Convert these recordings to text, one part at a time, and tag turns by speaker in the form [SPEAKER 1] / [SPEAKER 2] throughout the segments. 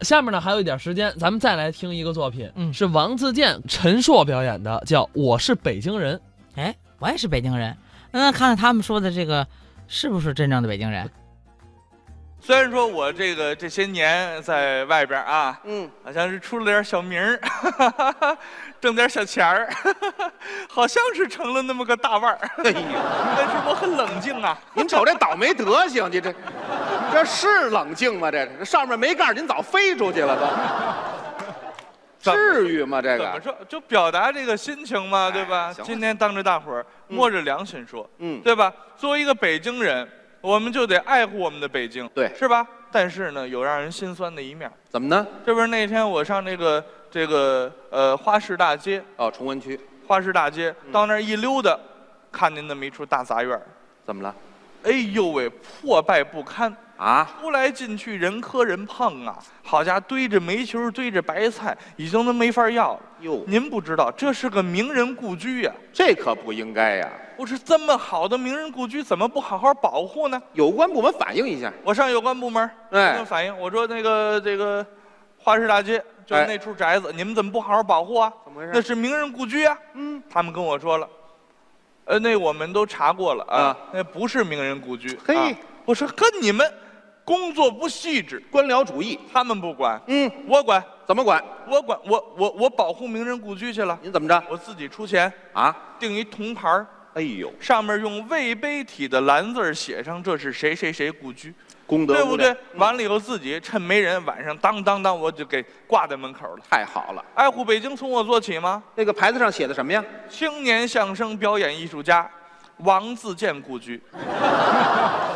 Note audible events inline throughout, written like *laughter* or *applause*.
[SPEAKER 1] 下面呢还有一点时间，咱们再来听一个作品，
[SPEAKER 2] 嗯
[SPEAKER 1] 是王自健、陈硕表演的，叫《我是北京人》。
[SPEAKER 2] 哎，我也是北京人，那看看他们说的这个是不是真正的北京人？
[SPEAKER 3] 虽然说我这个这些年在外边啊，
[SPEAKER 4] 嗯，
[SPEAKER 3] 好像是出了点小名儿， *laughs* 挣点小钱儿， *laughs* 好像是成了那么个大腕儿， *laughs*
[SPEAKER 4] 哎呀，
[SPEAKER 3] 但是我很冷静啊。
[SPEAKER 4] *laughs* 您瞅这倒霉德行，你这，这是冷静吗？这这上面没盖儿，您早飞出去了都，
[SPEAKER 3] 怎么
[SPEAKER 4] 至于吗？这
[SPEAKER 3] 怎么
[SPEAKER 4] 个，
[SPEAKER 3] 说？就表达这个心情嘛，对吧？
[SPEAKER 4] 哎行了
[SPEAKER 3] 今天当着大伙儿摸着良心说，
[SPEAKER 4] 嗯，
[SPEAKER 3] 对吧？作为一个北京人，我们就得爱护我们的北京，
[SPEAKER 4] 对
[SPEAKER 3] 是吧？但是呢，有让人心酸的一面儿。
[SPEAKER 4] 怎么呢？
[SPEAKER 3] 这不是那天我上这个这个呃花市大街，
[SPEAKER 4] 哦，崇文区，
[SPEAKER 3] 花市大街到那儿一溜达，看见那么一处大杂院儿，
[SPEAKER 4] 怎么了？
[SPEAKER 3] 哎呦喂，破败不堪，
[SPEAKER 4] 啊，
[SPEAKER 3] 出来进去人磕人碰啊！好家伙，堆着煤球，堆着白菜，已经都没法要了。
[SPEAKER 4] 哟，
[SPEAKER 3] 您不知道，这是个名人故居呀、
[SPEAKER 4] 这可不应该呀！
[SPEAKER 3] 我是这么好的名人故居，怎么不好好保护呢？
[SPEAKER 4] 有关部门反映一下。
[SPEAKER 3] 我上有关部门儿跟
[SPEAKER 4] 哎
[SPEAKER 3] 他们反映，我说那个这个花市大街就
[SPEAKER 4] 哎
[SPEAKER 3] 那处宅子，你们怎么不好好保护啊？
[SPEAKER 4] 怎么回事
[SPEAKER 3] 那是名人故居啊。
[SPEAKER 4] 嗯，
[SPEAKER 3] 他们跟我说了，呃，那我们都查过了啊
[SPEAKER 4] 啊，
[SPEAKER 3] 那不是名人故居。
[SPEAKER 4] 嘿
[SPEAKER 3] 啊我说跟你们工作不细致，
[SPEAKER 4] 官僚主义，
[SPEAKER 3] 他们不管，
[SPEAKER 4] 嗯，
[SPEAKER 3] 我管，
[SPEAKER 4] 怎么管？
[SPEAKER 3] 我管，我我我保护名人故居去了，
[SPEAKER 4] 您怎么着
[SPEAKER 3] 我自己出钱
[SPEAKER 4] 啊？
[SPEAKER 3] 订一铜牌儿
[SPEAKER 4] 哎呦，
[SPEAKER 3] 上面用魏碑体的蓝字儿写上这是谁谁谁故居，
[SPEAKER 4] 功德
[SPEAKER 3] 对
[SPEAKER 4] 无
[SPEAKER 3] 不
[SPEAKER 4] 量
[SPEAKER 3] 对？完了以后自己趁没人，晚上当当当我就给挂在门口了。
[SPEAKER 4] 太好了。
[SPEAKER 3] 爱护北京从我做起吗？
[SPEAKER 4] 那个牌子上写的什么呀？
[SPEAKER 3] 青年相声表演艺术家王自健故居。 *laughs*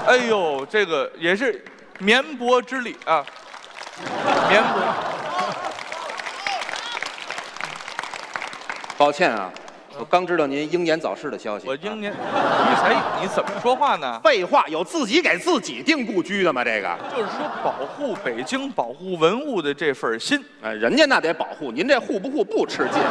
[SPEAKER 3] 哎呦，这个也是绵薄之力啊，绵薄。
[SPEAKER 4] 抱歉啊，我刚知道您英年早逝的消息。
[SPEAKER 3] 我今年你才你怎么说话呢？
[SPEAKER 4] 废话，有自己给自己定故居的吗？这个，
[SPEAKER 3] 就是说保护北京、保护文物的这份心。
[SPEAKER 4] 哎，人家那得保护，您这护不护不吃劲。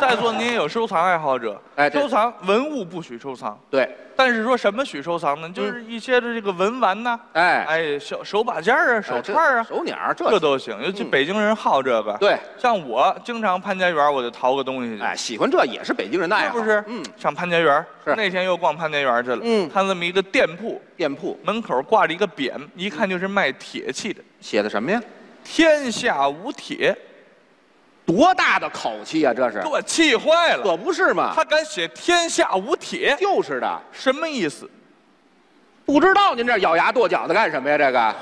[SPEAKER 3] 在座您也有收藏爱好者，
[SPEAKER 4] 哎对
[SPEAKER 3] 收藏文物不许收藏，
[SPEAKER 4] 对，
[SPEAKER 3] 但是说什么许收藏呢？就是
[SPEAKER 4] 嗯
[SPEAKER 3] 一些的这个文玩呐、
[SPEAKER 4] 哎
[SPEAKER 3] 哎，手手把件儿啊，手
[SPEAKER 4] 哎这
[SPEAKER 3] 串儿啊，
[SPEAKER 4] 手鸟儿这
[SPEAKER 3] 这都行。尤其
[SPEAKER 4] 嗯
[SPEAKER 3] 北京人好这个。
[SPEAKER 4] 对，
[SPEAKER 3] 像我经常潘家园，我就淘个东西去。
[SPEAKER 4] 哎，喜欢这也是北京人的爱
[SPEAKER 3] 是
[SPEAKER 4] 好，
[SPEAKER 3] 不是？
[SPEAKER 4] 嗯，
[SPEAKER 3] 上潘家园，
[SPEAKER 4] 是
[SPEAKER 3] 那天又逛潘家园去了。
[SPEAKER 4] 嗯
[SPEAKER 3] 看这么一个店铺，
[SPEAKER 4] 店铺
[SPEAKER 3] 门口挂着一个匾，一看就是卖铁器的
[SPEAKER 4] 写的什么呀？
[SPEAKER 3] “天下无铁
[SPEAKER 4] 多大的口气呀、这”，是
[SPEAKER 3] 给，我气坏了。
[SPEAKER 4] 可不是嘛？
[SPEAKER 3] 他敢写“天下无铁
[SPEAKER 4] 就是的，”，
[SPEAKER 3] 什么意思？
[SPEAKER 4] 不知道您这咬牙跺脚的干什么呀？这个，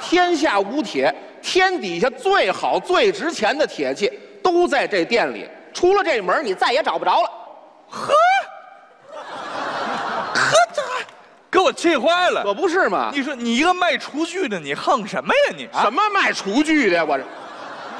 [SPEAKER 4] 天下无铁，天底下最好最值钱的铁器都在这店里，出了这门儿你再也找不着了，
[SPEAKER 3] 给我气坏了！
[SPEAKER 4] 可不是嘛？
[SPEAKER 3] 你说你一个卖厨具的，你横什么呀你啊？
[SPEAKER 4] 什么卖厨具的呀？我这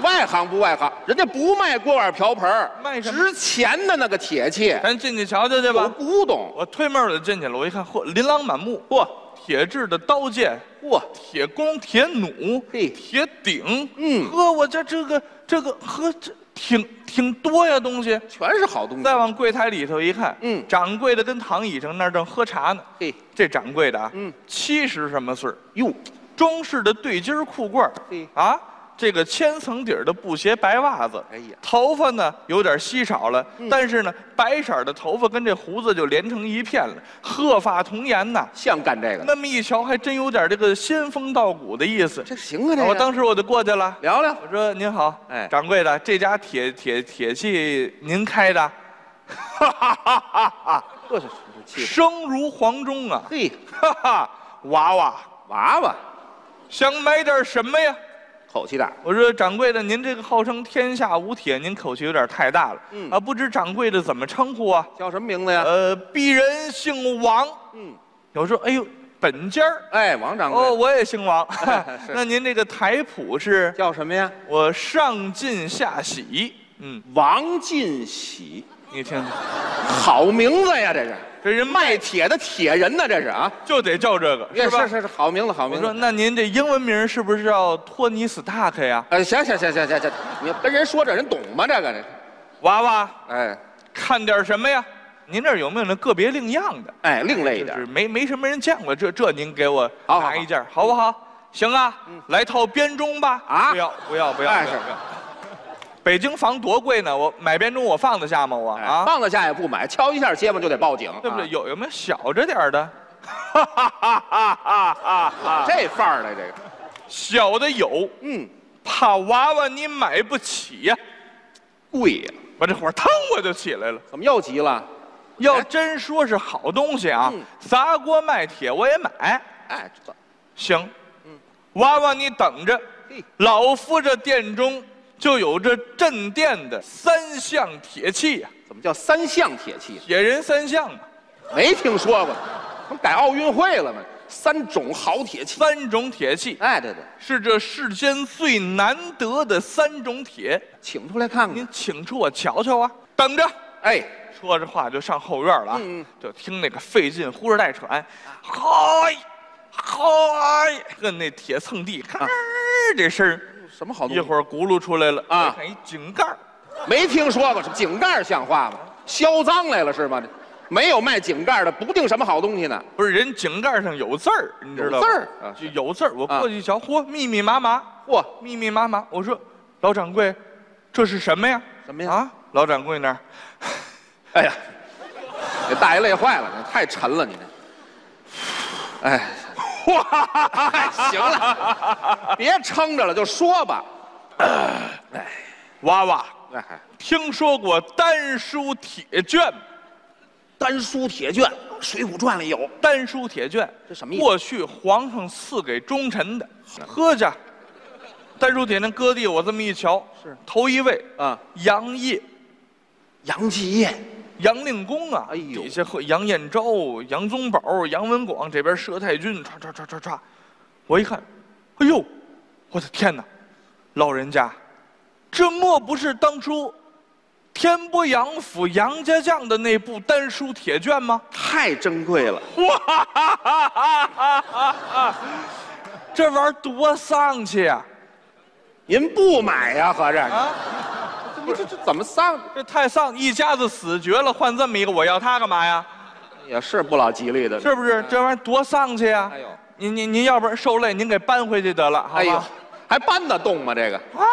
[SPEAKER 4] 外行不外行，人家不卖锅碗瓢盆儿
[SPEAKER 3] 卖什么
[SPEAKER 4] 值钱的那个铁器，
[SPEAKER 3] 咱进去瞧瞧去
[SPEAKER 4] 有
[SPEAKER 3] 吧。
[SPEAKER 4] 古董。
[SPEAKER 3] 我推门我就进去了，我一看，嚯，琳琅满目，
[SPEAKER 4] 嚯
[SPEAKER 3] 铁制的刀剑、
[SPEAKER 4] 嚯，
[SPEAKER 3] 铁弓、铁弩、
[SPEAKER 4] 嘿
[SPEAKER 3] 铁鼎，
[SPEAKER 4] 嗯
[SPEAKER 3] 呵，我这这个这个呵，这挺挺多呀东西。
[SPEAKER 4] 全是好东西
[SPEAKER 3] 再。往柜台里头一看，
[SPEAKER 4] 嗯
[SPEAKER 3] 掌柜的跟躺椅上那儿正喝茶呢。
[SPEAKER 4] 嘿，
[SPEAKER 3] 这掌柜的啊，
[SPEAKER 4] 嗯，
[SPEAKER 3] 七十什么岁儿，
[SPEAKER 4] 哟，
[SPEAKER 3] 中式的对襟儿裤褂儿
[SPEAKER 4] 嘿
[SPEAKER 3] 啊，这个千层底儿的布鞋、白袜子，
[SPEAKER 4] 哎呀嗯
[SPEAKER 3] 头发呢有点稀少了，但是呢，白色儿的头发跟这胡子就连成一片了，鹤发童颜呐。
[SPEAKER 4] 像干这个的，
[SPEAKER 3] 那么一瞧，还真有点这个仙风道骨的意思。
[SPEAKER 4] 这行啊，这
[SPEAKER 3] 啊
[SPEAKER 4] 个。
[SPEAKER 3] 我当时我就过去了，
[SPEAKER 4] 聊聊
[SPEAKER 3] 我说：“您好，
[SPEAKER 4] 哎
[SPEAKER 3] 掌柜的，这家铁铁铁器您开的，
[SPEAKER 4] 这是气势。
[SPEAKER 3] 声如黄钟啊，
[SPEAKER 4] 嘿，
[SPEAKER 3] 哈哈，娃娃
[SPEAKER 4] 娃娃，
[SPEAKER 3] 想买点什么呀？”
[SPEAKER 4] 口气大。
[SPEAKER 3] 我说掌柜的，您这个号称天下无铁，您口气有点太大了。
[SPEAKER 4] 嗯
[SPEAKER 3] 啊，不知掌柜的怎么称呼啊？
[SPEAKER 4] 叫什么名字呀？
[SPEAKER 3] 呃，鄙人姓王。
[SPEAKER 4] 嗯，
[SPEAKER 3] 我说，哎呦，本家儿。
[SPEAKER 4] 哎，王掌
[SPEAKER 3] 哦，
[SPEAKER 4] 柜。
[SPEAKER 3] 我也姓
[SPEAKER 4] *laughs*
[SPEAKER 3] 王 *laughs*
[SPEAKER 4] 是。
[SPEAKER 3] 那您这个台谱是？
[SPEAKER 4] 叫什么呀？
[SPEAKER 3] 我上进下喜。嗯，
[SPEAKER 4] 王进喜，
[SPEAKER 3] 你听听，
[SPEAKER 4] 好名字呀，这是
[SPEAKER 3] 这人卖
[SPEAKER 4] 卖铁的铁人呢，这是啊。
[SPEAKER 3] 就得叫这个，
[SPEAKER 4] 是
[SPEAKER 3] 吧？
[SPEAKER 4] 是是，好名字，好
[SPEAKER 3] 我
[SPEAKER 4] 名
[SPEAKER 3] 说，
[SPEAKER 4] 字。
[SPEAKER 3] 那您这英文名是不是叫托尼·斯塔克呀？
[SPEAKER 4] 哎，行行行行行行，你跟人说这人懂吗？这个这，
[SPEAKER 3] 娃娃，
[SPEAKER 4] 哎
[SPEAKER 3] 看点什么呀？您这儿有没有那个别另样的？
[SPEAKER 4] 哎，另类一
[SPEAKER 3] 就是
[SPEAKER 4] 点，
[SPEAKER 3] 没没什么人见过，这这您给我
[SPEAKER 4] 好好嗯
[SPEAKER 3] 拿一件儿，好不好？行啊，来套编钟吧。
[SPEAKER 4] 啊
[SPEAKER 3] 不要不要不要！
[SPEAKER 4] 哎
[SPEAKER 3] 不要
[SPEAKER 4] 是
[SPEAKER 3] 不要北京房多贵呢，我买编钟我放得下吗？我
[SPEAKER 4] 啊，
[SPEAKER 3] 啊，
[SPEAKER 4] 放得下也不买，敲一下街坊就得报警，
[SPEAKER 3] 对不对？
[SPEAKER 4] 啊？
[SPEAKER 3] 有有没有小着点儿的？
[SPEAKER 4] 啊这范儿的这个，
[SPEAKER 3] 小的有，
[SPEAKER 4] 嗯，
[SPEAKER 3] 怕娃娃你买不起呀、
[SPEAKER 4] 贵呀，
[SPEAKER 3] 我这火腾我就起来了。
[SPEAKER 4] 怎么又急了？
[SPEAKER 3] 要真说是好东西啊
[SPEAKER 4] 嗯，
[SPEAKER 3] 砸锅卖铁我也买。
[SPEAKER 4] 哎，这
[SPEAKER 3] 行，娃娃你等着
[SPEAKER 4] 嘿，
[SPEAKER 3] 老夫这殿中就有这镇殿的三项铁器呀、
[SPEAKER 4] 怎么叫三项铁器？
[SPEAKER 3] 铁人三项嘛，
[SPEAKER 4] 没听说过，怎么改奥运会了吗？三种好铁器。
[SPEAKER 3] 三种铁器
[SPEAKER 4] 哎，对对，
[SPEAKER 3] 是这世间最难得的三种铁，
[SPEAKER 4] 请出来看
[SPEAKER 3] 您
[SPEAKER 4] 看。
[SPEAKER 3] 请出我瞧瞧啊，等着。
[SPEAKER 4] 哎，
[SPEAKER 3] 说着话就上后院了啊，
[SPEAKER 4] 嗯嗯啊
[SPEAKER 3] 就听那个费劲呼哧带喘，嗨，嗨，跟那铁蹭地，咔、
[SPEAKER 4] 啊
[SPEAKER 3] 这声儿，
[SPEAKER 4] 什么好东
[SPEAKER 3] 一
[SPEAKER 4] 西？
[SPEAKER 3] 会儿轱辘出来了
[SPEAKER 4] 啊
[SPEAKER 3] 再看一井盖儿，
[SPEAKER 4] 没听说过，井盖儿像话吗？销赃来了是吗？没有卖井盖的，不定什么好东西呢。
[SPEAKER 3] 不是人井盖上有字儿，你知道吗？
[SPEAKER 4] 有字儿
[SPEAKER 3] 啊，就有字儿。我过去一瞧，嚯，密密麻麻，
[SPEAKER 4] 啊嚯，
[SPEAKER 3] 密密麻麻。我说，老掌柜，这是什么呀？
[SPEAKER 4] 什么呀
[SPEAKER 3] 啊，老掌柜那儿，
[SPEAKER 4] *laughs* 哎呀，给大爷累坏了，太沉了你这。 *laughs* 哎，哇，行了，别撑着了，就说吧。
[SPEAKER 3] 娃娃，
[SPEAKER 4] 哎，
[SPEAKER 3] 听说过丹书铁卷吗？
[SPEAKER 4] 丹书铁卷，《水浒传》里有。
[SPEAKER 3] 丹书铁卷，
[SPEAKER 4] 这什么意思
[SPEAKER 3] 过去皇上赐给忠臣的，喝去。丹书铁那搁地，我这么一瞧，
[SPEAKER 4] 是
[SPEAKER 3] 头一位
[SPEAKER 4] 啊，
[SPEAKER 3] 杨业，
[SPEAKER 4] 杨继业，
[SPEAKER 3] 杨令公啊，
[SPEAKER 4] 哎呦
[SPEAKER 3] 底下和杨彦昭、杨宗保、杨文广这边佘太君，唰唰唰唰唰，我一看，哎呦，我的天哪，老人家，这莫不是当初天波杨府杨家将的那部丹书铁卷吗？
[SPEAKER 4] 太珍贵了。
[SPEAKER 3] 这玩意儿多丧气啊！
[SPEAKER 4] 您不买呀、合着？
[SPEAKER 3] 啊
[SPEAKER 4] 这这这怎么丧？
[SPEAKER 3] 这太丧，一家子死绝了，换这么一个，我要它干嘛呀？
[SPEAKER 4] 也是不老吉利的。
[SPEAKER 3] 是不是？这玩意儿多丧气啊！
[SPEAKER 4] 哎呦
[SPEAKER 3] 您您您要不然受累，您给搬回去得了，好吧？
[SPEAKER 4] 哎呦，还搬得动吗？这个啊，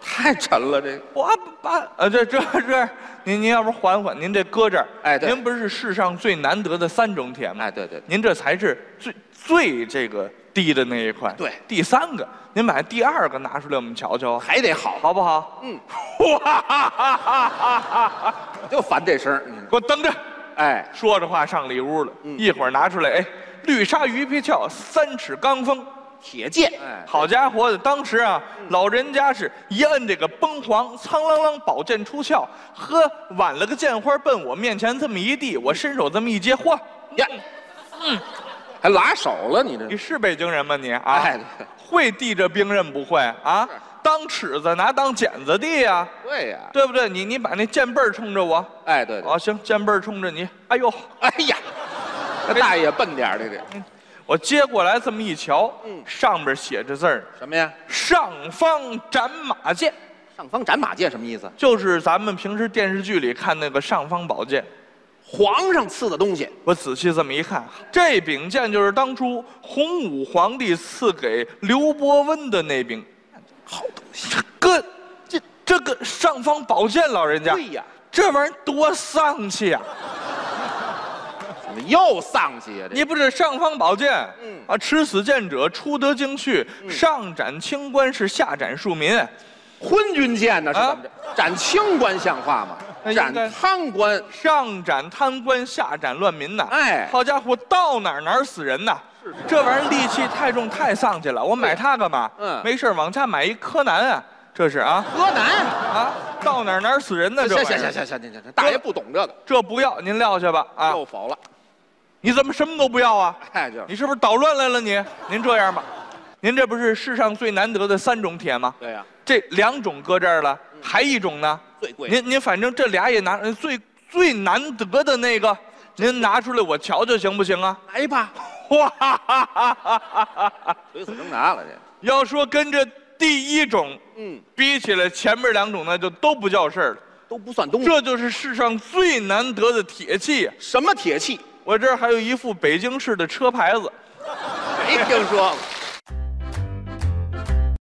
[SPEAKER 4] 太沉了这个。
[SPEAKER 3] 我搬呃，这这这，您您要不缓缓，您这搁这儿，
[SPEAKER 4] 哎对
[SPEAKER 3] 您不是世上最难得的三种铁吗？
[SPEAKER 4] 哎，对对对，
[SPEAKER 3] 您这才是最最这个低的那一块，
[SPEAKER 4] 对
[SPEAKER 3] 第三个，您把第二个拿出来，我们瞧瞧，
[SPEAKER 4] 还得好，
[SPEAKER 3] 好不好？
[SPEAKER 4] 嗯，
[SPEAKER 3] 哇，
[SPEAKER 4] 就烦这声儿。嗯
[SPEAKER 3] 给我等着。
[SPEAKER 4] 哎，
[SPEAKER 3] 说着话上里屋了，
[SPEAKER 4] 嗯
[SPEAKER 3] 一会儿拿出来，哎，绿鲨鱼皮鞘，三尺钢锋，
[SPEAKER 4] 铁剑，嗯哎，
[SPEAKER 3] 好家伙的，当时啊，老人家是一摁这个崩簧，苍啷啷宝剑出鞘，呵，挽了个剑花奔我面前这么一递，我伸手这么一接，嚯，
[SPEAKER 4] 呀，嗯还拉手了，你
[SPEAKER 3] 你
[SPEAKER 4] 这
[SPEAKER 3] 是北京人吗你啊？
[SPEAKER 4] 嗯哎对
[SPEAKER 3] 会递这兵刃不会啊？当尺子拿当剪子递呀、
[SPEAKER 4] 对呀，
[SPEAKER 3] 对不对？你你把那剑背儿冲着我，
[SPEAKER 4] 哎，对对
[SPEAKER 3] 啊，，行，剑背儿冲着你，哎呦，
[SPEAKER 4] 哎呀，那大爷笨点儿，这个
[SPEAKER 3] 我接过来这么一瞧，
[SPEAKER 4] 嗯
[SPEAKER 3] 上边写着字儿，
[SPEAKER 4] 什么呀？
[SPEAKER 3] 上方斩马剑。
[SPEAKER 4] 上方斩马剑什么意思？
[SPEAKER 3] 就是咱们平时电视剧里看那个尚方宝剑，
[SPEAKER 4] 皇上赐的东西，
[SPEAKER 3] 我仔细这么一看，这柄剑就是当初洪武皇帝赐给刘伯温的那柄。
[SPEAKER 4] 好东西。
[SPEAKER 3] 这个，这这个尚方宝剑，老人家，
[SPEAKER 4] 对呀，
[SPEAKER 3] 这玩意儿多丧气
[SPEAKER 4] 嗯
[SPEAKER 3] 啊！
[SPEAKER 4] 怎么又丧气呀？这
[SPEAKER 3] 你不是尚方宝剑，
[SPEAKER 4] 嗯
[SPEAKER 3] 啊，持此剑者，出得京去，上斩清官是下斩庶民。
[SPEAKER 4] 昏君剑呢？是
[SPEAKER 3] 啊
[SPEAKER 4] 怎么着？斩清官像话吗？
[SPEAKER 3] 那应
[SPEAKER 4] 斩
[SPEAKER 3] 该
[SPEAKER 4] 贪官
[SPEAKER 3] 上斩贪官，下斩乱民呐！
[SPEAKER 4] 哎
[SPEAKER 3] 好家伙，到哪儿哪儿死人呐！这玩意儿戾气太重，太丧气了。我买它干嘛？
[SPEAKER 4] 嗯
[SPEAKER 3] 没事儿往家买一柯南啊，这是啊
[SPEAKER 4] 柯南。
[SPEAKER 3] 啊，到哪儿哪儿死人呢？这
[SPEAKER 4] 行
[SPEAKER 3] 玩意
[SPEAKER 4] 行
[SPEAKER 3] 儿
[SPEAKER 4] 行行，行行行，大爷不懂这个，
[SPEAKER 3] 这不要您撂下吧啊！
[SPEAKER 4] 又否了。
[SPEAKER 3] 你怎么什么都不要啊？
[SPEAKER 4] 哎，就是
[SPEAKER 3] 你是不是捣乱来了你？您这样吧，您这不是世上最难得的三种铁吗？
[SPEAKER 4] 对呀，
[SPEAKER 3] 这两种搁这儿了，
[SPEAKER 4] 嗯
[SPEAKER 3] 还一种呢？
[SPEAKER 4] 最贵的
[SPEAKER 3] 您您反正这俩也拿，呃最最难得的那个，您拿出来我瞧瞧行不行啊？
[SPEAKER 4] 来吧，
[SPEAKER 3] 哇！
[SPEAKER 4] 垂死挣扎了这。
[SPEAKER 3] *laughs* 要说跟这第一种
[SPEAKER 4] 嗯，
[SPEAKER 3] 比起来，前面两种那就都不叫事儿了。
[SPEAKER 4] 都不算东西。
[SPEAKER 3] 这就是世上最难得的铁器。啊
[SPEAKER 4] 什么铁器？
[SPEAKER 3] 我这儿还有一副北京市的车牌子，
[SPEAKER 4] 哎没听说过。